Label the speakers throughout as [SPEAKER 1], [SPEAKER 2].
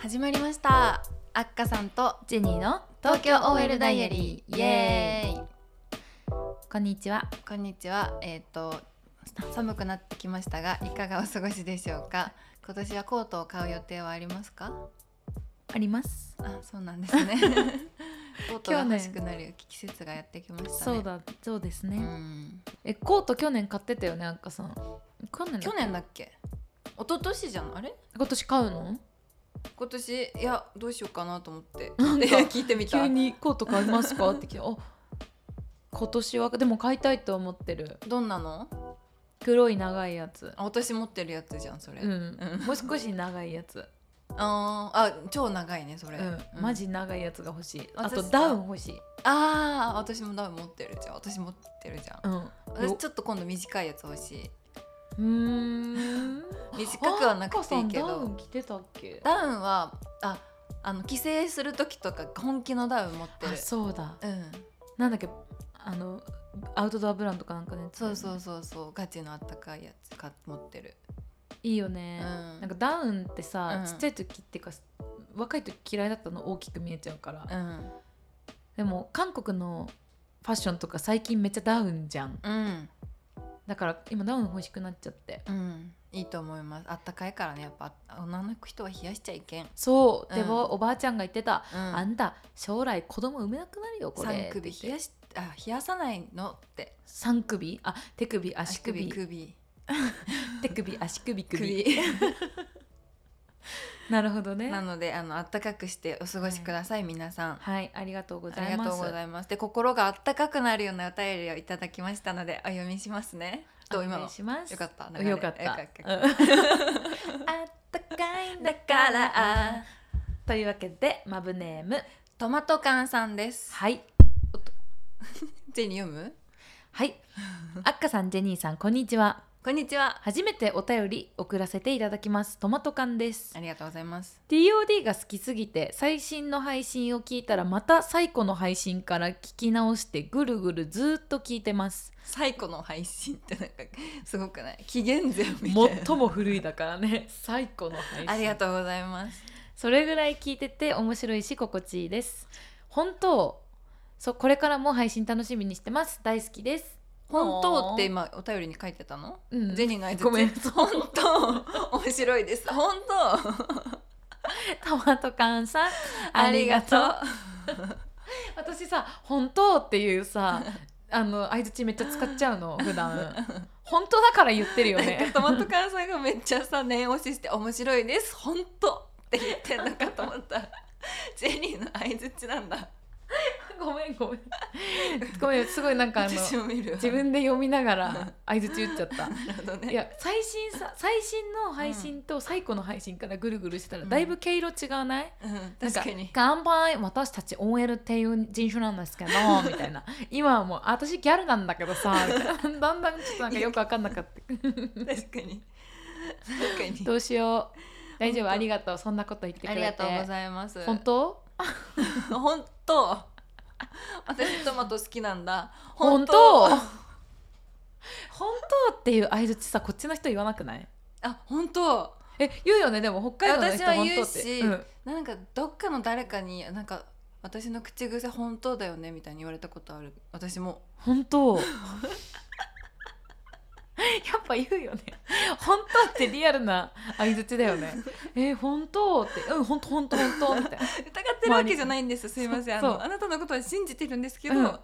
[SPEAKER 1] 始まりましたあっかさんと
[SPEAKER 2] ジェニーの
[SPEAKER 1] 東京 OL ダイアリーイエーイ
[SPEAKER 2] こんにちは
[SPEAKER 1] こんにちはえっ、と寒くなってきましたがいかがお過ごしでしょうか今年はコートを買う予定はありますか
[SPEAKER 2] あります
[SPEAKER 1] あそうなんです ねコートが欲しくなる季節がやってきましたね
[SPEAKER 2] そうだそうです
[SPEAKER 1] う
[SPEAKER 2] ね、
[SPEAKER 1] ん
[SPEAKER 2] えコート去年買ってたよねあっかさん去年だ
[SPEAKER 1] 去年だっけ一昨年じゃんあれ
[SPEAKER 2] 今年買うの
[SPEAKER 1] 今年いやどうしようかなと思って
[SPEAKER 2] なんか
[SPEAKER 1] 聞いてみた
[SPEAKER 2] 急にコート買いますかって聞いて あ今年はでも買いたいと思ってる
[SPEAKER 1] どんなの
[SPEAKER 2] 黒い長いやつ
[SPEAKER 1] あ私持ってるやつじゃんそれ、
[SPEAKER 2] うん、
[SPEAKER 1] うん
[SPEAKER 2] もう少し長いやつ、
[SPEAKER 1] あーあ超長いねそれ、
[SPEAKER 2] うん、マジ長いやつが欲しいあと
[SPEAKER 1] 私さ
[SPEAKER 2] ダウン欲しい、
[SPEAKER 1] ああ私もダウン持ってるじゃん私持ってるじゃん、
[SPEAKER 2] うん、
[SPEAKER 1] 私ちょっと今度短いやつ欲しいう
[SPEAKER 2] ーん
[SPEAKER 1] 短くはなくていいけ
[SPEAKER 2] あっかさんダウ
[SPEAKER 1] ど
[SPEAKER 2] ン着てたっけ
[SPEAKER 1] ダウンはああの帰省する時とか本気のダウン持ってる
[SPEAKER 2] あそうだ
[SPEAKER 1] うん
[SPEAKER 2] なんだっけあのアウトドアブランドかなんかね
[SPEAKER 1] そうそううそうそうガチのあったかいやつか持ってる
[SPEAKER 2] いいよ
[SPEAKER 1] う
[SPEAKER 2] ね、
[SPEAKER 1] ん
[SPEAKER 2] なんかダウンってさ、
[SPEAKER 1] うん
[SPEAKER 2] ちっちゃい時っていうか若い時嫌いだったの大きく見えちゃうから、
[SPEAKER 1] うん
[SPEAKER 2] でも韓国のファッションとか最近めっちゃダウンじゃん
[SPEAKER 1] うん
[SPEAKER 2] だから今ダウン欲しくなっちゃって
[SPEAKER 1] うんいいと思いますあったかいからねやっぱ女の人は冷やしちゃいけん、
[SPEAKER 2] そうで
[SPEAKER 1] う
[SPEAKER 2] もおばあちゃんが言ってた、
[SPEAKER 1] うん、
[SPEAKER 2] あんた将来子供産めなくなるよこ
[SPEAKER 1] 三
[SPEAKER 2] れ
[SPEAKER 1] 首冷やしあ冷やさないのって
[SPEAKER 2] 三首あ手首足首
[SPEAKER 1] 首首
[SPEAKER 2] 手首足首首
[SPEAKER 1] 首
[SPEAKER 2] なるほ
[SPEAKER 1] な
[SPEAKER 2] どね
[SPEAKER 1] のであの暖かくしてお過ごしください、皆さん
[SPEAKER 2] はいありがとうござ
[SPEAKER 1] あり
[SPEAKER 2] い
[SPEAKER 1] が
[SPEAKER 2] ま
[SPEAKER 1] とう
[SPEAKER 2] す
[SPEAKER 1] ございますで心が暖かくなるようなお便りをいただきましたのでお読みしますねどう
[SPEAKER 2] お
[SPEAKER 1] 今
[SPEAKER 2] 願
[SPEAKER 1] の
[SPEAKER 2] いします
[SPEAKER 1] よかった流れ
[SPEAKER 2] よかった
[SPEAKER 1] よかった
[SPEAKER 2] うんあったかいんだ
[SPEAKER 1] だ
[SPEAKER 2] か
[SPEAKER 1] から
[SPEAKER 2] ら
[SPEAKER 1] あ
[SPEAKER 2] というわけでマブネーム
[SPEAKER 1] トマト缶さんです
[SPEAKER 2] はい
[SPEAKER 1] ジェニー読む
[SPEAKER 2] はいあっかさんジェニーさんこんにちは
[SPEAKER 1] こんにちは
[SPEAKER 2] 初めてお便り送らせていただきますトマト缶です
[SPEAKER 1] ありがとうございます
[SPEAKER 2] TOD が好きすぎて最新の配信を聞いたらまた最古の配信から聞き直してぐるぐるずーっと聞いてます
[SPEAKER 1] 最古の配信ってなんかすごくない紀元前みたいな
[SPEAKER 2] 最も古いだからね最古の配信
[SPEAKER 1] ありがとうございます
[SPEAKER 2] それぐらい聞いてて面白いし心地いいです本当そうこれからも配信楽しみにしてます大好きです
[SPEAKER 1] 本当って今お便りに書いてたの、
[SPEAKER 2] うん
[SPEAKER 1] ジェニーの挨拶
[SPEAKER 2] ごめん
[SPEAKER 1] 本当面白いです本当
[SPEAKER 2] トマト缶さん
[SPEAKER 1] ありがとう
[SPEAKER 2] 私さ「本当」っていう さあの相槌めっちゃ使っちゃうの普段本当だから言ってるよね
[SPEAKER 1] トマト缶さんがめっちゃさ念押しして面白いです本当って言ってんのかと思った ジェニーの相槌なんだ
[SPEAKER 2] ごめんごめんごめんすごいなんかあの
[SPEAKER 1] 私も見るわ
[SPEAKER 2] 自分で読みながら相槌打っちゃった
[SPEAKER 1] なるほどね
[SPEAKER 2] いや最新さ最新の配信と最古の配信からぐるぐるしてたらだいぶ毛色違うない、
[SPEAKER 1] うん、
[SPEAKER 2] なん
[SPEAKER 1] 確かに
[SPEAKER 2] 乾杯私たち OL っていう人種なんですけどみたい な今はもう私ギャルなんだけどさみたいなだんだんちょっとなんかよく分かんなかった
[SPEAKER 1] 確かに確かに
[SPEAKER 2] どうしよう大丈
[SPEAKER 1] 本
[SPEAKER 2] 夫
[SPEAKER 1] 当
[SPEAKER 2] ありがとうそんなこと言ってく
[SPEAKER 1] あ
[SPEAKER 2] れ
[SPEAKER 1] り
[SPEAKER 2] て
[SPEAKER 1] がとうございます
[SPEAKER 2] 本当
[SPEAKER 1] 当本当私トマト好きなんだ
[SPEAKER 2] 本当本当っていう相槌さこっちの人言わなくない
[SPEAKER 1] あ本当
[SPEAKER 2] え言うよねでも北海道の人
[SPEAKER 1] 私は
[SPEAKER 2] 本
[SPEAKER 1] 言
[SPEAKER 2] 当
[SPEAKER 1] う
[SPEAKER 2] っ
[SPEAKER 1] して
[SPEAKER 2] うん
[SPEAKER 1] なんかどっかの誰かになんか私の口癖本当だよねみたいに言われたことある私も
[SPEAKER 2] 本当 やっぱ言うよね本当ってリアルな相槌だよね え本当ってうん本当本当本当み たい
[SPEAKER 1] 疑
[SPEAKER 2] な
[SPEAKER 1] ってるわけじゃないんですすいませんあ
[SPEAKER 2] そう
[SPEAKER 1] のあなたのことは信じてるんですけど、
[SPEAKER 2] うん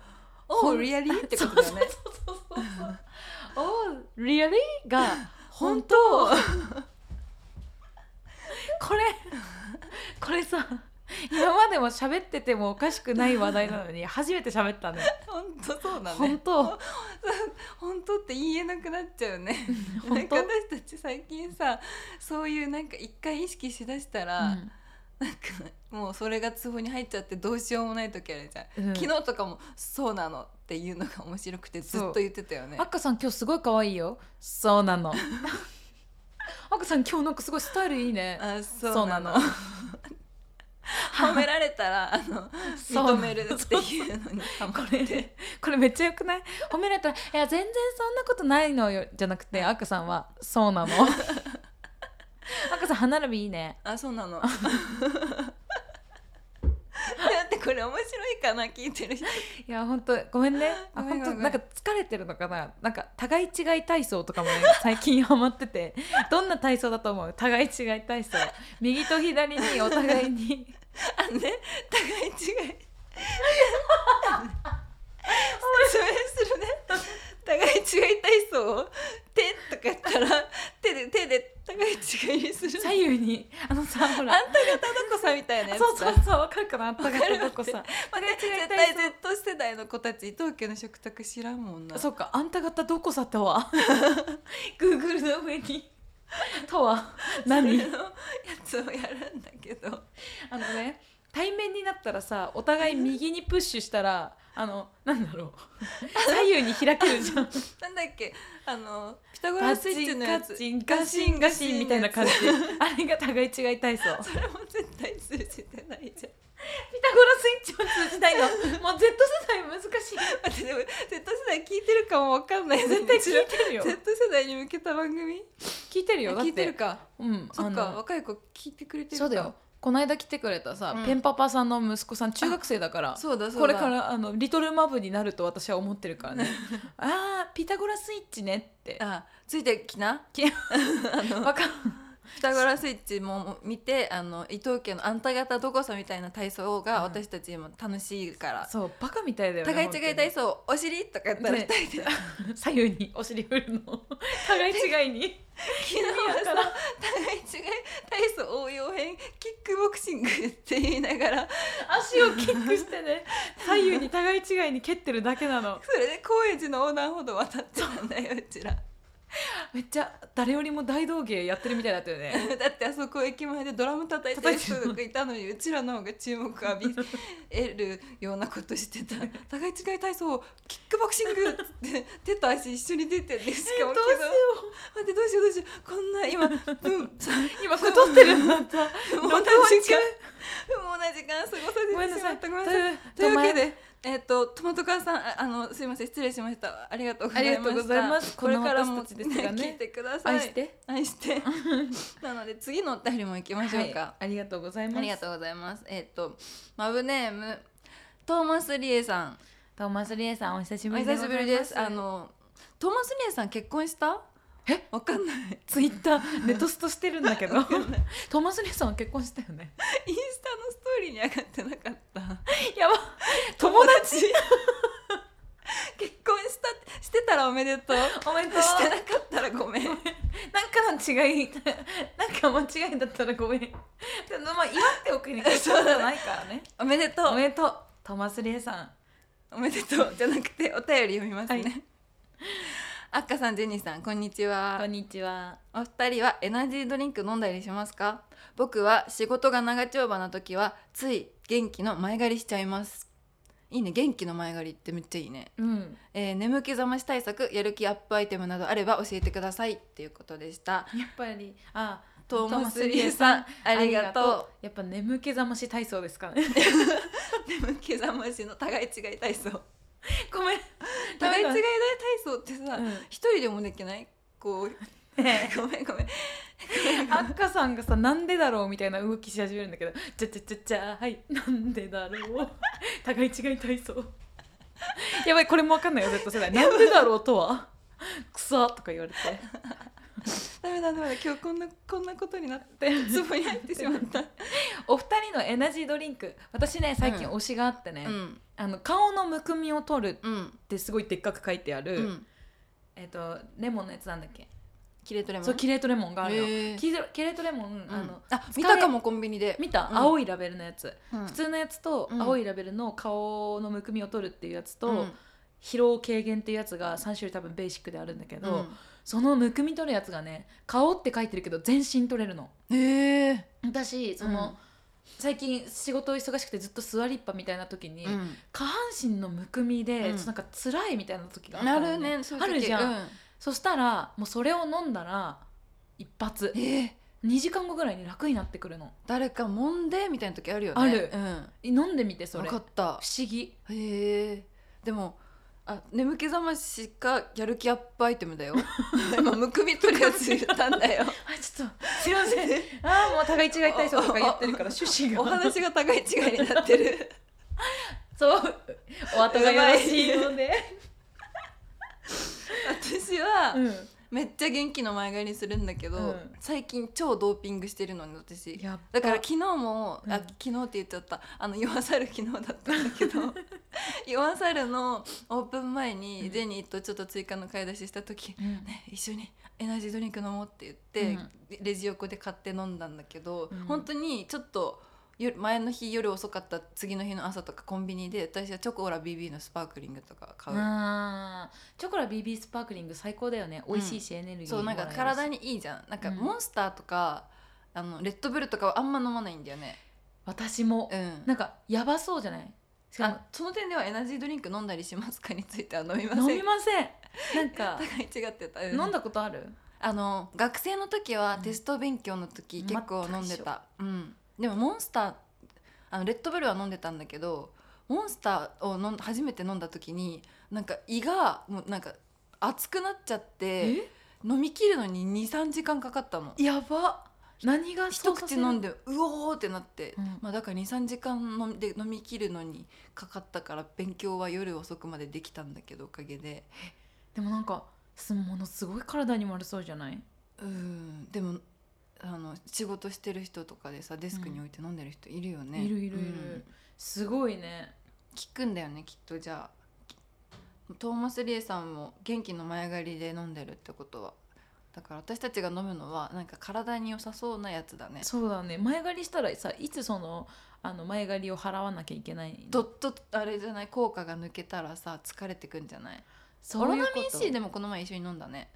[SPEAKER 1] お
[SPEAKER 2] ほ
[SPEAKER 1] お
[SPEAKER 2] ん
[SPEAKER 1] リアリーってことだよ ね
[SPEAKER 2] そうそうそうそうおリアリーが本当 これこれさ今までも喋っててもおかしくない話題なのに初めて喋ったね
[SPEAKER 1] 本当そうだ
[SPEAKER 2] 本
[SPEAKER 1] ね
[SPEAKER 2] 当
[SPEAKER 1] 本当って言えなくなっちゃうねな
[SPEAKER 2] 本
[SPEAKER 1] ん
[SPEAKER 2] 当
[SPEAKER 1] か私たち最近さそういうなんか一回意識しだしたら、なんかもうそれがツボに入っちゃってどうしようもない時あるじゃん、
[SPEAKER 2] うんうん
[SPEAKER 1] 昨日とかも「そうなの」っていうのが面白くてずっと言ってたよね
[SPEAKER 2] あっかさん今日すごい可愛いよそうな のあっかさん今日なんかすごいスタイルいいね
[SPEAKER 1] あそう
[SPEAKER 2] そう
[SPEAKER 1] な
[SPEAKER 2] な
[SPEAKER 1] の
[SPEAKER 2] の
[SPEAKER 1] 褒められたらあ の
[SPEAKER 2] そう
[SPEAKER 1] 認
[SPEAKER 2] なの
[SPEAKER 1] めるっていう のにハマ
[SPEAKER 2] こ
[SPEAKER 1] って
[SPEAKER 2] れ これめっちゃよくない褒められたら「いや全 然そんなことないのよ」じゃなくてあっかさんは「そうなの」あっか子さん歯並びいいね
[SPEAKER 1] あそうなの だってこれ面白いかな聞いてる人
[SPEAKER 2] いや本当ごめんね あ
[SPEAKER 1] ごめんご
[SPEAKER 2] 本当
[SPEAKER 1] めん
[SPEAKER 2] なんか疲れてるのかななんか互い違い体操とかもね最近ハマって てどんな体操だと思う互い違い体操右と左にお互い に
[SPEAKER 1] あ ね互い違い説明するね互い違い体操を手とかやったら手で手で互い違いにする
[SPEAKER 2] 左右にあのさほ
[SPEAKER 1] あん
[SPEAKER 2] ら
[SPEAKER 1] たがどこさんみたいなやつだ
[SPEAKER 2] そうそうそうわかるかなあったかいとこさ
[SPEAKER 1] 待って
[SPEAKER 2] 互い違
[SPEAKER 1] 絶
[SPEAKER 2] い体
[SPEAKER 1] 対
[SPEAKER 2] 操
[SPEAKER 1] Z 世代の子たち東京の食卓知らんもんな
[SPEAKER 2] そっかあんた方どこさとは Google の上にとは何
[SPEAKER 1] それの やつをやるんだけど
[SPEAKER 2] あのね対面になったらさお互い右にプッシュしたらあのなんだろう 左右に開けるじゃん
[SPEAKER 1] なんだっけあのピタゴ
[SPEAKER 2] ガ
[SPEAKER 1] ラスイッ
[SPEAKER 2] チ
[SPEAKER 1] チ
[SPEAKER 2] ン
[SPEAKER 1] の
[SPEAKER 2] ガ
[SPEAKER 1] やつ
[SPEAKER 2] チンガシンガシンみたいな感じあれが互い違い体操ピタゴラス
[SPEAKER 1] それも絶対通じてないじゃん
[SPEAKER 2] イッチは通じないのもう Z 世代難しい
[SPEAKER 1] 待ってでも Z 世代聞いてるかもわかんないよね
[SPEAKER 2] 絶対聞いてるよ
[SPEAKER 1] Z 世代に向けた番組
[SPEAKER 2] 聞いてるよだっ
[SPEAKER 1] 聞
[SPEAKER 2] て
[SPEAKER 1] いてるか
[SPEAKER 2] うん
[SPEAKER 1] そっ
[SPEAKER 2] あ
[SPEAKER 1] か
[SPEAKER 2] の
[SPEAKER 1] 若い子聞いてくれてるか
[SPEAKER 2] そうだよこの間来てくれたさ、
[SPEAKER 1] うん
[SPEAKER 2] ペンパパさんの息子さん中学生だから
[SPEAKER 1] そうだそうだ
[SPEAKER 2] これからあのリトルマブになると私は思ってるからね あーピタゴラスイッチねって
[SPEAKER 1] あついてきな
[SPEAKER 2] きわかん
[SPEAKER 1] ピタゴラスイッチも見てあの伊藤家のあんた方どこさみたいな体操が
[SPEAKER 2] うん
[SPEAKER 1] 私たち今楽しいから、
[SPEAKER 2] そうバカみたいだよね
[SPEAKER 1] 互い違い体操お尻とかやったら二
[SPEAKER 2] ね
[SPEAKER 1] 人で
[SPEAKER 2] 本当に左右にお尻振るの 互い違いに
[SPEAKER 1] 昨日はさ互い違い体操応用編キックボクシングって言いながら
[SPEAKER 2] 足をキックしてね 左右に互い違いに蹴ってるだけなの
[SPEAKER 1] それで高円寺の横断歩道渡ってたんだようちら
[SPEAKER 2] めっちゃ誰よりも大道芸やってるみたいだったよね
[SPEAKER 1] だってあそこ駅前でドラム叩いてる人がいたのにうちらの方が注目浴びるようなことしてた互い違い体操キックボクシングって手と足一緒に出てるしかも
[SPEAKER 2] ど
[SPEAKER 1] 昨
[SPEAKER 2] う
[SPEAKER 1] 日待ってどうしようどうしようこんな 今分
[SPEAKER 2] しよう今これ撮っ てるんだった
[SPEAKER 1] もう同じ時間もう同じ時間過ごさせてしまったごめんなさいというわけで、えっ、と、トマト缶さん、ああの、すいません、失礼しました。ありがとうございました。
[SPEAKER 2] ありがとうございます
[SPEAKER 1] これから
[SPEAKER 2] こんな
[SPEAKER 1] も、
[SPEAKER 2] 私たちですがね
[SPEAKER 1] 聞いてください。
[SPEAKER 2] 愛して
[SPEAKER 1] 愛して。 なので、次のお便りも行きましょうか。
[SPEAKER 2] はいありがとうございます
[SPEAKER 1] ありがとうございます。えっ、と、マブネーム、トーマスリエさん。
[SPEAKER 2] トーマスリエさんお久し
[SPEAKER 1] お
[SPEAKER 2] ぶりでご
[SPEAKER 1] 久し
[SPEAKER 2] ざい
[SPEAKER 1] ぶ
[SPEAKER 2] ま
[SPEAKER 1] りです。あの、トーマスリエさん結婚した
[SPEAKER 2] え
[SPEAKER 1] わかんない。
[SPEAKER 2] ツイッターネトストしてるんだ けどトーマスリエさんは結婚したよね
[SPEAKER 1] インスタのストーリーに上がってなかった。
[SPEAKER 2] やば友達
[SPEAKER 1] 結婚した、してたらおめでとう。
[SPEAKER 2] おめでとう
[SPEAKER 1] してなかったらごめん。
[SPEAKER 2] なんかの違いなんか間違いだったらご めんでもまあ祝っておくに越したことはないからね
[SPEAKER 1] おめでとう
[SPEAKER 2] お。めでとうトーマスリエさん
[SPEAKER 1] おめでとうじゃなくてお便り読みますね、
[SPEAKER 2] は
[SPEAKER 1] あっかさんジェニーさんこんにちは
[SPEAKER 2] にちは
[SPEAKER 1] お二人はエナジードリンク飲んだりしますか僕は仕事が長丁場な時はつい元気の前借りしちゃいますいいね元気の前借りってめっちゃいいね、
[SPEAKER 2] うん
[SPEAKER 1] えー眠気覚まし対策やる気アップアイテムなどあれば教えてくださいっていうことでした
[SPEAKER 2] やっぱりあ
[SPEAKER 1] トーマスリエさんありがとう
[SPEAKER 2] やっぱ眠気覚まし体操ですからね
[SPEAKER 1] 眠気覚ましの互い違い体 操
[SPEAKER 2] ごめん
[SPEAKER 1] 互い違い体操ってさ
[SPEAKER 2] うん
[SPEAKER 1] 一、人でもできないこう ごめんごめん
[SPEAKER 2] あっかさんがさなんでだろうみたいな動きし始めるんだけど「ちゃちゃちゃちゃはいなんでだろう」 「互い違い体操」 やばいこれもわかんないよ Z 世代「なんでだろう」とは 「くさ」とか言わ れて
[SPEAKER 1] ダメだダメだ今日こんなこんなことになってツボに入ってしまった。
[SPEAKER 2] お二人のエナジードリンク私ね最近
[SPEAKER 1] うん
[SPEAKER 2] 推しがあってね、
[SPEAKER 1] うん
[SPEAKER 2] あの顔のむくみを取るっ
[SPEAKER 1] うん
[SPEAKER 2] てすごいでっかく書いてある、
[SPEAKER 1] うん。
[SPEAKER 2] えっ、とレモンのやつなんだっけ
[SPEAKER 1] キレトレモン。
[SPEAKER 2] そうキレートレモンがあるの、
[SPEAKER 1] へー
[SPEAKER 2] キレキレートレモン、
[SPEAKER 1] うん
[SPEAKER 2] あの
[SPEAKER 1] あ
[SPEAKER 2] 疲
[SPEAKER 1] 見
[SPEAKER 2] れ
[SPEAKER 1] たかもコンビニで。
[SPEAKER 2] 見た、
[SPEAKER 1] うん
[SPEAKER 2] 青いラベルのやつ
[SPEAKER 1] 普
[SPEAKER 2] 普通のやつと
[SPEAKER 1] うん
[SPEAKER 2] 青いラベルの顔のむくみを取るっていうやつと、疲労軽減っていうやつが3種類多分ベーシックであるんだけど、そのむくみ取るやつがね顔って書いてるけど全身取れるの
[SPEAKER 1] ええ。
[SPEAKER 2] 私そ
[SPEAKER 1] う
[SPEAKER 2] の、
[SPEAKER 1] ん
[SPEAKER 2] 最近仕事忙しくてずっと座りっぱみたいな時に、
[SPEAKER 1] うん
[SPEAKER 2] 下半身のむくみで、
[SPEAKER 1] うん
[SPEAKER 2] ちょっとなんか辛いみたいな時があった
[SPEAKER 1] な
[SPEAKER 2] の
[SPEAKER 1] るねそういう
[SPEAKER 2] あ
[SPEAKER 1] 時
[SPEAKER 2] るじゃん、
[SPEAKER 1] う
[SPEAKER 2] そしたらもうそれを飲んだら一発
[SPEAKER 1] ええ
[SPEAKER 2] 2時間後ぐらいに楽になってくるの
[SPEAKER 1] 誰かもんでみたいな時あるよね。
[SPEAKER 2] ある
[SPEAKER 1] うん。
[SPEAKER 2] 飲んでみてそ
[SPEAKER 1] わ
[SPEAKER 2] れ不
[SPEAKER 1] かった。
[SPEAKER 2] 思議
[SPEAKER 1] へえ。でもあ眠気覚ましかやる気アップアイテムだ よ今むくみ取るやつ言ったんだ よ
[SPEAKER 2] あちょっとすいませんああもう互い違い体操とか言ってるから趣旨が
[SPEAKER 1] お話が互い違いになってる
[SPEAKER 2] そうお後がよろしいので
[SPEAKER 1] 私は、
[SPEAKER 2] うん
[SPEAKER 1] めっちゃ元気の前借りするんだけど、
[SPEAKER 2] うん
[SPEAKER 1] 最近超ドーピングしてるのに私
[SPEAKER 2] やっ
[SPEAKER 1] だから
[SPEAKER 2] ぱ
[SPEAKER 1] 昨日も、
[SPEAKER 2] うん
[SPEAKER 1] あ昨日って言っちゃったあの「弱さる昨日」だったんだけ ど「弱さるのオープン前
[SPEAKER 2] う
[SPEAKER 1] に
[SPEAKER 2] ん
[SPEAKER 1] ジェニーとちょっと追加の買い出しした時
[SPEAKER 2] う、ん
[SPEAKER 1] ね、一緒にエナジードリンク飲もうって言って、レジ横で買って飲んだんだけど、
[SPEAKER 2] うん
[SPEAKER 1] 本当にちょっと夜前の日夜遅かった次の日の朝とかコンビニで私はチョコラ BB のスパークリングとか買う、
[SPEAKER 2] あーチョコラ BB スパークリング最高だよね美味しいしエネルギー
[SPEAKER 1] そうなんか体
[SPEAKER 2] に
[SPEAKER 1] にいいじゃんなんか
[SPEAKER 2] うん
[SPEAKER 1] モンスターとか、あのレッドブルとかはあんま飲まないんだよね
[SPEAKER 2] 私も
[SPEAKER 1] うん
[SPEAKER 2] なんかやばそうじゃないしかも
[SPEAKER 1] あその点ではエナジードリンク飲んだりしますかについては飲みま
[SPEAKER 2] 飲
[SPEAKER 1] せ
[SPEAKER 2] み
[SPEAKER 1] ん
[SPEAKER 2] ませんなん か
[SPEAKER 1] 互い違ってた、う
[SPEAKER 2] 飲んだことある
[SPEAKER 1] あの学生の時は
[SPEAKER 2] うん
[SPEAKER 1] テスト勉強の時、
[SPEAKER 2] 全く
[SPEAKER 1] 結構飲んでた、うん、でもモンスターあのレッドブルは飲んでたんだけどモンスターを飲ん初めて飲んだ時になんか胃がもうなんか熱くなっちゃって飲み切るのに23時間かかったの
[SPEAKER 2] やば何が
[SPEAKER 1] 一口飲ん
[SPEAKER 2] で
[SPEAKER 1] でうおーってなって、
[SPEAKER 2] うん
[SPEAKER 1] まあ、だから23時間飲みで飲み切るのにかかったから勉強は夜遅くまでできたんだけどおかげで
[SPEAKER 2] でもなんかすものすごい体にも悪そうじゃない
[SPEAKER 1] うんでもあの仕事してる人とかでさデスクに置いて飲んでる人いるよね、
[SPEAKER 2] いるいるいる
[SPEAKER 1] うん
[SPEAKER 2] すごいね
[SPEAKER 1] 聞くんだよねきっとじゃあトーマス・リエさんも元気の前借りで飲んでるってことはだから私たちが飲むのはなんか体に良さそうなやつだね
[SPEAKER 2] そうだね前借りしたらさいつそのあの前借りを払わなきゃいけないの
[SPEAKER 1] どっとあれじゃない効果が抜けたらさ疲れてくんじゃない
[SPEAKER 2] そういう
[SPEAKER 1] オロ
[SPEAKER 2] こ
[SPEAKER 1] ナミン
[SPEAKER 2] と
[SPEAKER 1] C でもこの前一緒に飲んだね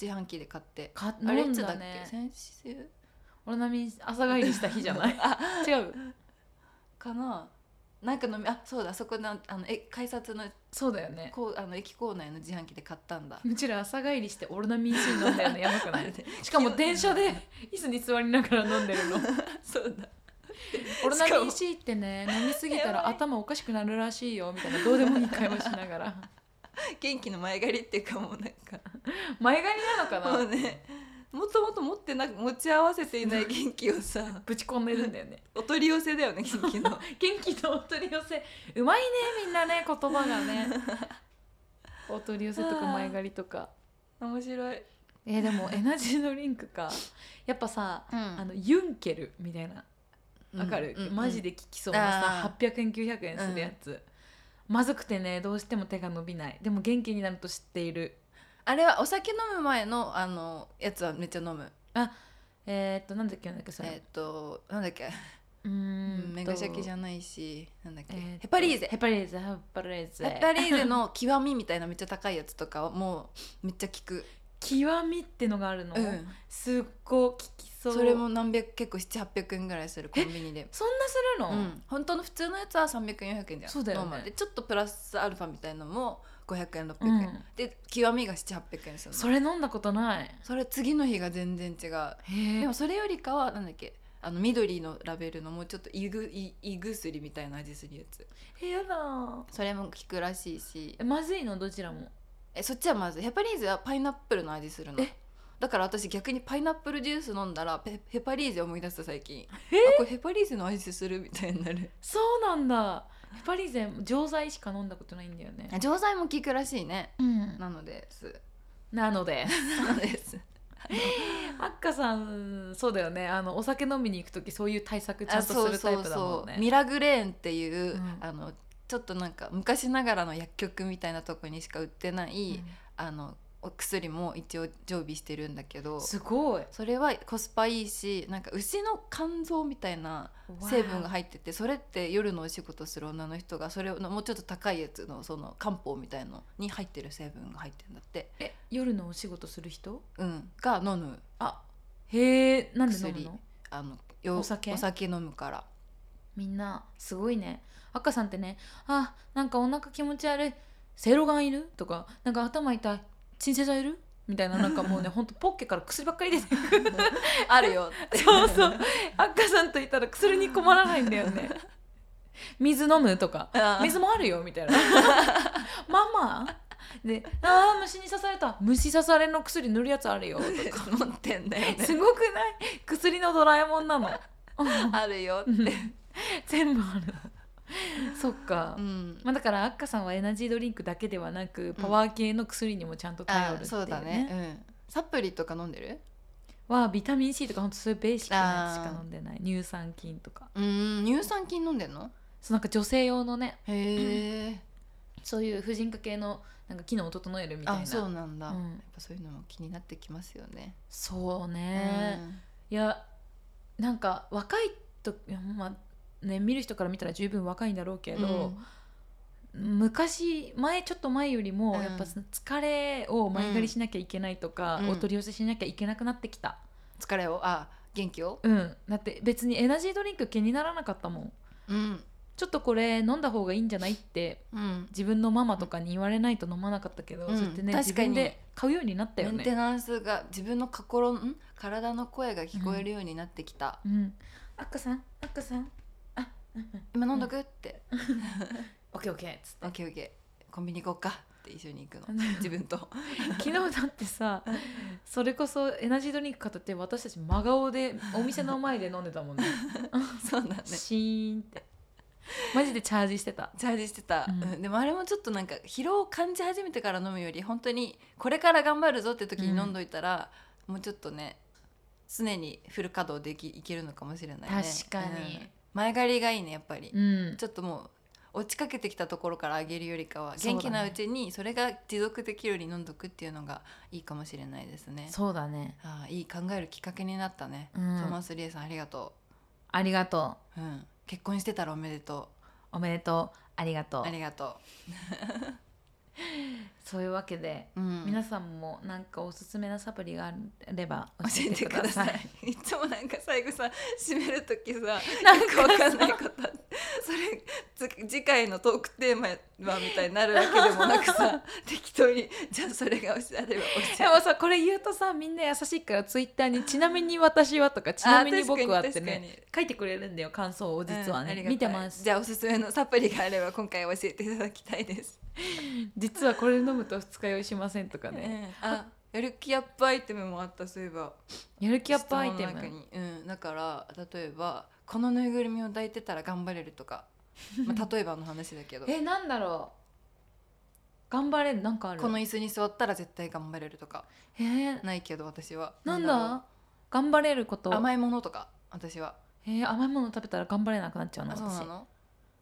[SPEAKER 1] 自販機で買って
[SPEAKER 2] か
[SPEAKER 1] あれ
[SPEAKER 2] 飲
[SPEAKER 1] い
[SPEAKER 2] ん
[SPEAKER 1] つだ
[SPEAKER 2] だ
[SPEAKER 1] っけ
[SPEAKER 2] ね
[SPEAKER 1] 先週
[SPEAKER 2] オロナミン朝帰りした日じゃない
[SPEAKER 1] あ
[SPEAKER 2] 違う
[SPEAKER 1] かななんか飲みあそうだそこのあのえ改札の
[SPEAKER 2] そうだよね
[SPEAKER 1] こうあの駅構内の自販機で買ったんだ
[SPEAKER 2] うちら朝帰りしてオロナミン C 飲んだよねやばく ない しかも電車で椅子に座りながら飲んでるの
[SPEAKER 1] そうだ
[SPEAKER 2] オロナミン C ってね飲みすぎたら頭おかしくなるらしいよみたいなどうでもいい会話しながら
[SPEAKER 1] 元気の前借りっていうかもうなんか
[SPEAKER 2] 前借りなのか
[SPEAKER 1] も
[SPEAKER 2] な
[SPEAKER 1] うねもともと持ってなく持ち合わせていない元気をさ
[SPEAKER 2] ぶち込んでるんだよね
[SPEAKER 1] お取り寄せだよね元気の
[SPEAKER 2] 元気のお取り寄せうまいねみんなね言葉が ねお取り寄せとか前借りとか
[SPEAKER 1] 面白い、
[SPEAKER 2] えーでもエナジードリンクかやっぱさあのユンケルみたいなわかる、マジ
[SPEAKER 1] で
[SPEAKER 2] で効きそうなさ
[SPEAKER 1] あ
[SPEAKER 2] 800円900円するやつ、まずくてねどうしても手が伸びないでも元気になると知っている
[SPEAKER 1] あれはお酒飲む前のあのやつはめっちゃ飲む
[SPEAKER 2] えー、っとなんだっけなんだっけそれ、
[SPEAKER 1] えっとなんだっけ
[SPEAKER 2] うーんと
[SPEAKER 1] メガシャキじゃないしなんだっけ、
[SPEAKER 2] えーっと
[SPEAKER 1] ヘパリーゼ
[SPEAKER 2] ヘパリーゼヘパリーゼ
[SPEAKER 1] ヘパリーゼの極みみたいなめっちゃ高いやつとかはもうめっちゃ効く、
[SPEAKER 2] 極みってのがあるの、
[SPEAKER 1] うん、
[SPEAKER 2] すっごい効きそう
[SPEAKER 1] それも何百結構700800円ぐらいするコンビニで。
[SPEAKER 2] そんなするの、
[SPEAKER 1] うん、本当の普通のやつは300円400円じゃん
[SPEAKER 2] そうだよね
[SPEAKER 1] ノーマルでちょっとプラスアルファみたいのも500円600
[SPEAKER 2] う
[SPEAKER 1] 円、
[SPEAKER 2] ん
[SPEAKER 1] で極みが700800円するの
[SPEAKER 2] それ飲んだことない
[SPEAKER 1] それ次の日が全然違う
[SPEAKER 2] へ
[SPEAKER 1] で
[SPEAKER 2] え
[SPEAKER 1] もそれよりかはなんだっけあの緑のラベルのもうちょっと胃ぐ胃胃薬みたいな味するやつ
[SPEAKER 2] やだ
[SPEAKER 1] それも効くらしいし
[SPEAKER 2] えまずいのどちらも
[SPEAKER 1] えそっちはまずヘパリーゼはパイナップルの味するの
[SPEAKER 2] え
[SPEAKER 1] だから私逆にパイナップルジュース飲んだらペヘパリーゼ思い出した最近あ
[SPEAKER 2] え
[SPEAKER 1] これヘパリーゼの味するみたいにな る
[SPEAKER 2] そうなんだヘパリーゼ錠剤しか飲んだことないんだよね
[SPEAKER 1] あ錠剤も効くらしいね
[SPEAKER 2] うん
[SPEAKER 1] なのです
[SPEAKER 2] なので
[SPEAKER 1] なの です
[SPEAKER 2] あっかさんそうだよねあのお酒飲みに行く時そういう対策ちゃんとするタイプだもんね
[SPEAKER 1] ミラグレーンっていう、
[SPEAKER 2] うん
[SPEAKER 1] あのちょっとなんか昔ながらの薬局みたいなとこにしか売ってない、あのお薬も一応常備してるんだけ
[SPEAKER 2] う
[SPEAKER 1] ど
[SPEAKER 2] んすごい
[SPEAKER 1] それはコスパいいしなんか牛の肝臓みたいな成分が入っててそれって夜のお仕事する女の人がそれのもうちょっと高いやつのその漢方みたいのに入ってる成分が入ってるんだって、
[SPEAKER 2] え夜のお仕事する人
[SPEAKER 1] うん、が飲む
[SPEAKER 2] あへえなんで飲む
[SPEAKER 1] 薬
[SPEAKER 2] の
[SPEAKER 1] あのよ
[SPEAKER 2] お酒
[SPEAKER 1] お酒飲む から。
[SPEAKER 2] みんなすごいねあっかさんってねあなんかお腹気持ち悪いセいろがんいるとかなんか頭痛い鎮静剤いるみたいななんか もうねほんとポッケから薬ばっかり出てくる
[SPEAKER 1] あるよって
[SPEAKER 2] そうそうあっかさんといたら薬に困らないんだよね水飲む?」とか
[SPEAKER 1] あー
[SPEAKER 2] 水もあるよ みたいな「ママ」で「あー虫に刺された虫刺されの薬塗るやつあるよ」とか
[SPEAKER 1] 持ってんだよね
[SPEAKER 2] すごくない薬のドラえもんなの
[SPEAKER 1] あるよ
[SPEAKER 2] うん
[SPEAKER 1] って、
[SPEAKER 2] 全部あるそっか、
[SPEAKER 1] うん、
[SPEAKER 2] まあ、だからあっかさんはエナジードリンクだけではなくパワー系の薬にもちゃんと頼る
[SPEAKER 1] あ
[SPEAKER 2] っていう、ね
[SPEAKER 1] そうだね、うん、サプリとか飲んでる
[SPEAKER 2] はビタミン C とかほんとそういうベーシックなやつしか飲んでない乳酸菌とか
[SPEAKER 1] うん乳酸菌飲んでんの
[SPEAKER 2] そうなんか女性用のね
[SPEAKER 1] へえ
[SPEAKER 2] そういう婦人科系のなんか機能を整えるみたいな
[SPEAKER 1] あそうなんだ、
[SPEAKER 2] う
[SPEAKER 1] やっ
[SPEAKER 2] ん
[SPEAKER 1] ぱそういうのも気になってきますよね、
[SPEAKER 2] そうね、いやなんか若いといやまあね見る人から見たら十分若いんだろうけ
[SPEAKER 1] うん
[SPEAKER 2] ど、昔前ちょっと前よりも、
[SPEAKER 1] うん
[SPEAKER 2] やっぱその疲れを前借りしなきゃいけないとか、
[SPEAKER 1] うん
[SPEAKER 2] お取り寄せしなきゃいけなくなってきた
[SPEAKER 1] 疲れをあ元気を
[SPEAKER 2] うんだって別にエナジードリンク気にならなかったもん
[SPEAKER 1] うん
[SPEAKER 2] ちょっとこれ飲んだ方がいいんじゃないって
[SPEAKER 1] うん
[SPEAKER 2] 自分のママとかに言われないと飲まなかったけど、
[SPEAKER 1] うん
[SPEAKER 2] そうやってね
[SPEAKER 1] 確かに
[SPEAKER 2] 自分で買うようになった
[SPEAKER 1] メ
[SPEAKER 2] よ
[SPEAKER 1] ンテ
[SPEAKER 2] ね。
[SPEAKER 1] ナンスが自分の心ん体の声が聞こえるようになってきた、
[SPEAKER 2] うん、あっかさんあっかさんあうんうん
[SPEAKER 1] 今飲んどくって、
[SPEAKER 2] オッケーオッケーっつって
[SPEAKER 1] オッケーオッケーコンビニ行こうかって一緒に行くの自分と
[SPEAKER 2] 昨日だってさそれこそエナジードリンク買ったって私たち真顔でお店の前で飲んでた もんね
[SPEAKER 1] そうだね
[SPEAKER 2] シーンってマジでチャージしてた
[SPEAKER 1] チャージしてた、
[SPEAKER 2] うん
[SPEAKER 1] うんでもあれもちょっとなんか疲労を感じ始めてから飲むより本当にこれから頑張るぞって時に飲んどいたら、もうちょっとね常にフル稼働できいけるのかもしれないね
[SPEAKER 2] 確かに
[SPEAKER 1] うん前借りがいいねやっぱり、
[SPEAKER 2] うん
[SPEAKER 1] ちょっともう落ちかけてきたところから上げるよりかは
[SPEAKER 2] そうだね
[SPEAKER 1] 元気なうちにそれが持続できるように飲んどくっていうのがいいかもしれないですね
[SPEAKER 2] そうだね
[SPEAKER 1] ああいい考えるきっかけになったね、
[SPEAKER 2] うん
[SPEAKER 1] トーマス・リエさんありがと
[SPEAKER 2] ありがと
[SPEAKER 1] う、うん、結婚してたらおめでと
[SPEAKER 2] うおめでとうありがと
[SPEAKER 1] う
[SPEAKER 2] う
[SPEAKER 1] ありがと
[SPEAKER 2] そういうわけで
[SPEAKER 1] う、うん、
[SPEAKER 2] 皆さんもなんかおすすめなサプリがあれば
[SPEAKER 1] 教
[SPEAKER 2] 教
[SPEAKER 1] え
[SPEAKER 2] え
[SPEAKER 1] て
[SPEAKER 2] て
[SPEAKER 1] く
[SPEAKER 2] く
[SPEAKER 1] だ
[SPEAKER 2] だ
[SPEAKER 1] さ
[SPEAKER 2] さ
[SPEAKER 1] い
[SPEAKER 2] い
[SPEAKER 1] いつもなんか最後さ締める時さ
[SPEAKER 2] な
[SPEAKER 1] なんかわかんないことあってそれつ次回のトークテーマはみたいになるわけでもなくさ適当にじゃあそれがおしあれば
[SPEAKER 2] でもさこれ言うとさみんな優しい からツイッターに「ちなみに私は」とか「ちなみに僕は」ってね書いてくれるんだよ感想を
[SPEAKER 1] お
[SPEAKER 2] 実はね、見てます
[SPEAKER 1] じゃあおすすめのサプリがあれば今回教えていただきたい です、
[SPEAKER 2] 実はこれ飲むと二日酔いしませんとかね
[SPEAKER 1] あやる気アップアイテムもあったそういえば
[SPEAKER 2] やる気アップアイテ
[SPEAKER 1] 質問の中
[SPEAKER 2] ム
[SPEAKER 1] にうん、だから例えばこのぬいぐるみを抱いてたら頑張れると か、まあ、例えばの話だけど
[SPEAKER 2] えなんだろう頑張れるなんかあ る
[SPEAKER 1] この椅子に座ったら絶対頑張れるとか
[SPEAKER 2] えー、
[SPEAKER 1] ないけど私は
[SPEAKER 2] なん
[SPEAKER 1] ろ
[SPEAKER 2] だ頑張れるこ
[SPEAKER 1] う
[SPEAKER 2] と
[SPEAKER 1] 甘いものとか私は
[SPEAKER 2] えー甘いもの食べたら頑張れなくなっちゃうの
[SPEAKER 1] あ
[SPEAKER 2] 私
[SPEAKER 1] そうなの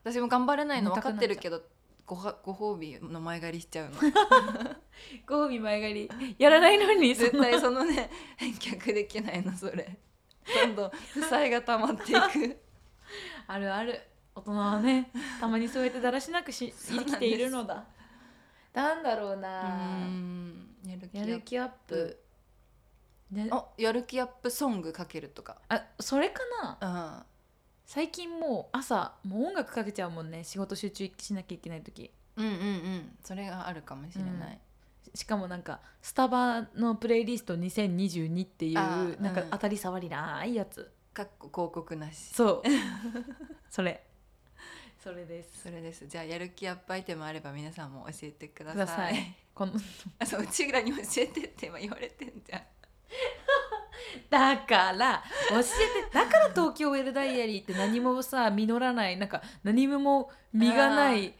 [SPEAKER 1] 私も頑張れないの分か
[SPEAKER 2] 重たく
[SPEAKER 1] っ
[SPEAKER 2] なっち
[SPEAKER 1] て
[SPEAKER 2] ゃう
[SPEAKER 1] るけどごはご褒美の前借りしちゃうの
[SPEAKER 2] ご褒美前借りやらないのに そ
[SPEAKER 1] 絶
[SPEAKER 2] の
[SPEAKER 1] 対そのね返却できないのそれどんどん負債が溜まってい く
[SPEAKER 2] あるある大人はねたまにそうやってだらしなくし
[SPEAKER 1] そうな
[SPEAKER 2] 生
[SPEAKER 1] んです
[SPEAKER 2] きているのだなんだろう
[SPEAKER 1] う
[SPEAKER 2] な
[SPEAKER 1] ーんやる気ア
[SPEAKER 2] やる
[SPEAKER 1] ッ
[SPEAKER 2] 気アッ
[SPEAKER 1] プ
[SPEAKER 2] プね
[SPEAKER 1] あやる気アップソングかけるとか
[SPEAKER 2] あそれか
[SPEAKER 1] う
[SPEAKER 2] な
[SPEAKER 1] ん
[SPEAKER 2] 最近もう朝もう音楽かけちゃうもんね仕事集中しなきゃいけない時
[SPEAKER 1] うんうんうんそれがあるかもしれない、
[SPEAKER 2] しかもなんかスタバのプレイリスト2022ってい
[SPEAKER 1] あー
[SPEAKER 2] うなんか
[SPEAKER 1] うん
[SPEAKER 2] 当たり障りないやつ
[SPEAKER 1] かっこ広告なし
[SPEAKER 2] そうそれそれです
[SPEAKER 1] それですじゃあやる気アップアイテムあれば皆さんも教えてくだ
[SPEAKER 2] く
[SPEAKER 1] さい
[SPEAKER 2] ださいこの
[SPEAKER 1] あ そううちらに教えてって今言われてんじゃん
[SPEAKER 2] だから教えてだから東京ウェルダイアリーって何もさ実らないなんか何も実がない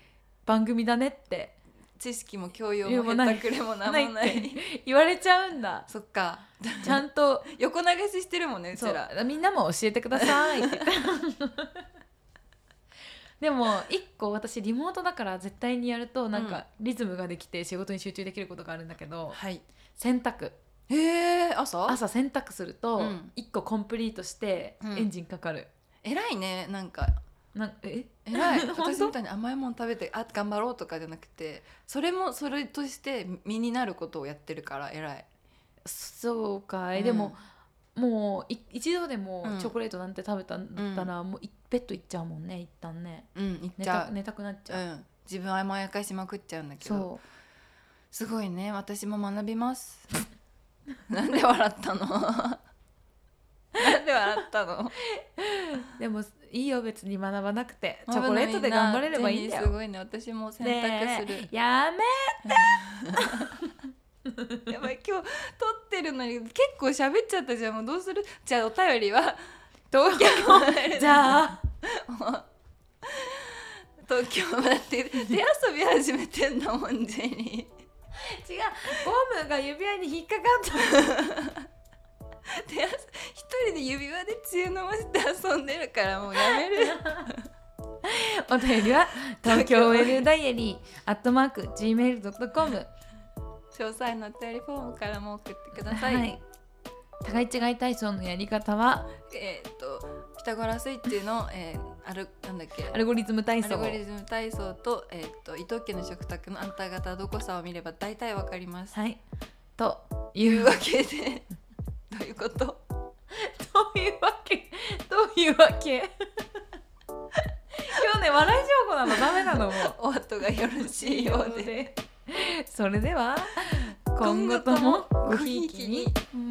[SPEAKER 2] 番組だねって
[SPEAKER 1] 知識も教養もへったくれもなんもない
[SPEAKER 2] ないって言われちゃうんだ
[SPEAKER 1] そっか
[SPEAKER 2] ちゃんと
[SPEAKER 1] 横流ししてるもんねうち
[SPEAKER 2] そう
[SPEAKER 1] ら
[SPEAKER 2] みんなも教えてくださいっ て言ってでも一個私リモートだから絶対にやるとなんかリズムができて仕事に集中できることがあるんだけど、
[SPEAKER 1] はい
[SPEAKER 2] 洗濯
[SPEAKER 1] へえ朝
[SPEAKER 2] 朝洗濯すると
[SPEAKER 1] うん
[SPEAKER 2] 一個コンプリートして
[SPEAKER 1] うん
[SPEAKER 2] エンジンかかる、
[SPEAKER 1] 偉いねなんか
[SPEAKER 2] なんえ
[SPEAKER 1] 偉い
[SPEAKER 2] 本
[SPEAKER 1] 私
[SPEAKER 2] 当
[SPEAKER 1] みたいに甘いもん食べてあ頑張ろうとかじゃなくてそれもそれとして身になることをやってるから偉い
[SPEAKER 2] そうかい、
[SPEAKER 1] うん
[SPEAKER 2] でももうい一度でも
[SPEAKER 1] うん
[SPEAKER 2] チョコレートなんて食べたんだったら、もういベッド行っちゃうもんね一旦ね
[SPEAKER 1] うんいっ
[SPEAKER 2] 寝
[SPEAKER 1] ちゃ
[SPEAKER 2] た
[SPEAKER 1] う
[SPEAKER 2] 寝たくなっちゃう、
[SPEAKER 1] うん自分甘やかしまくっちゃうんだけど
[SPEAKER 2] そう
[SPEAKER 1] すごい ね私も学びますなんで笑ったのなんで笑った の
[SPEAKER 2] でもいいよ別に学ばなくてチョコレートで頑張れればいいんだ
[SPEAKER 1] ジェニーす
[SPEAKER 2] よ
[SPEAKER 1] ごいね私も選択する
[SPEAKER 2] ね、えや め
[SPEAKER 1] やばい今日撮ってるのに結構喋っちゃったじゃんもうどうするじゃあお便りは東 京
[SPEAKER 2] じゃ あ
[SPEAKER 1] 東京だって手遊び始めてんだもんジェニ
[SPEAKER 2] 違うゴムが指輪に引っかかっ
[SPEAKER 1] ー手遊一人で指輪で知恵飲ませて遊んでるからもうやめる
[SPEAKER 2] たお便りは東京 OL ダイアリーアットマーク Gmail.com
[SPEAKER 1] 詳細のお便りフォームからも送ってくださ、
[SPEAKER 2] はいい互い違い体操のやり方は
[SPEAKER 1] えっ、とピタゴラスイッチの、えー、あるなんだっけ
[SPEAKER 2] アルゴリズム体
[SPEAKER 1] ア
[SPEAKER 2] 操
[SPEAKER 1] ルゴリズム体操と,、えー、と伊藤家の食卓のあんた方どこさを見れば大体わかります。
[SPEAKER 2] はいと
[SPEAKER 1] と
[SPEAKER 2] い
[SPEAKER 1] いううわけでどういうこと
[SPEAKER 2] どういうわけどういうわけ 今日ね笑い情報なのダメなのもう
[SPEAKER 1] お後がよろしいようで。
[SPEAKER 2] でそれでは今
[SPEAKER 1] 今
[SPEAKER 2] 後
[SPEAKER 1] 後
[SPEAKER 2] と
[SPEAKER 1] と
[SPEAKER 2] も
[SPEAKER 1] も
[SPEAKER 2] ご
[SPEAKER 1] ご
[SPEAKER 2] ひ
[SPEAKER 1] ひ
[SPEAKER 2] い
[SPEAKER 1] い
[SPEAKER 2] き
[SPEAKER 1] き
[SPEAKER 2] に
[SPEAKER 1] に
[SPEAKER 2] うーん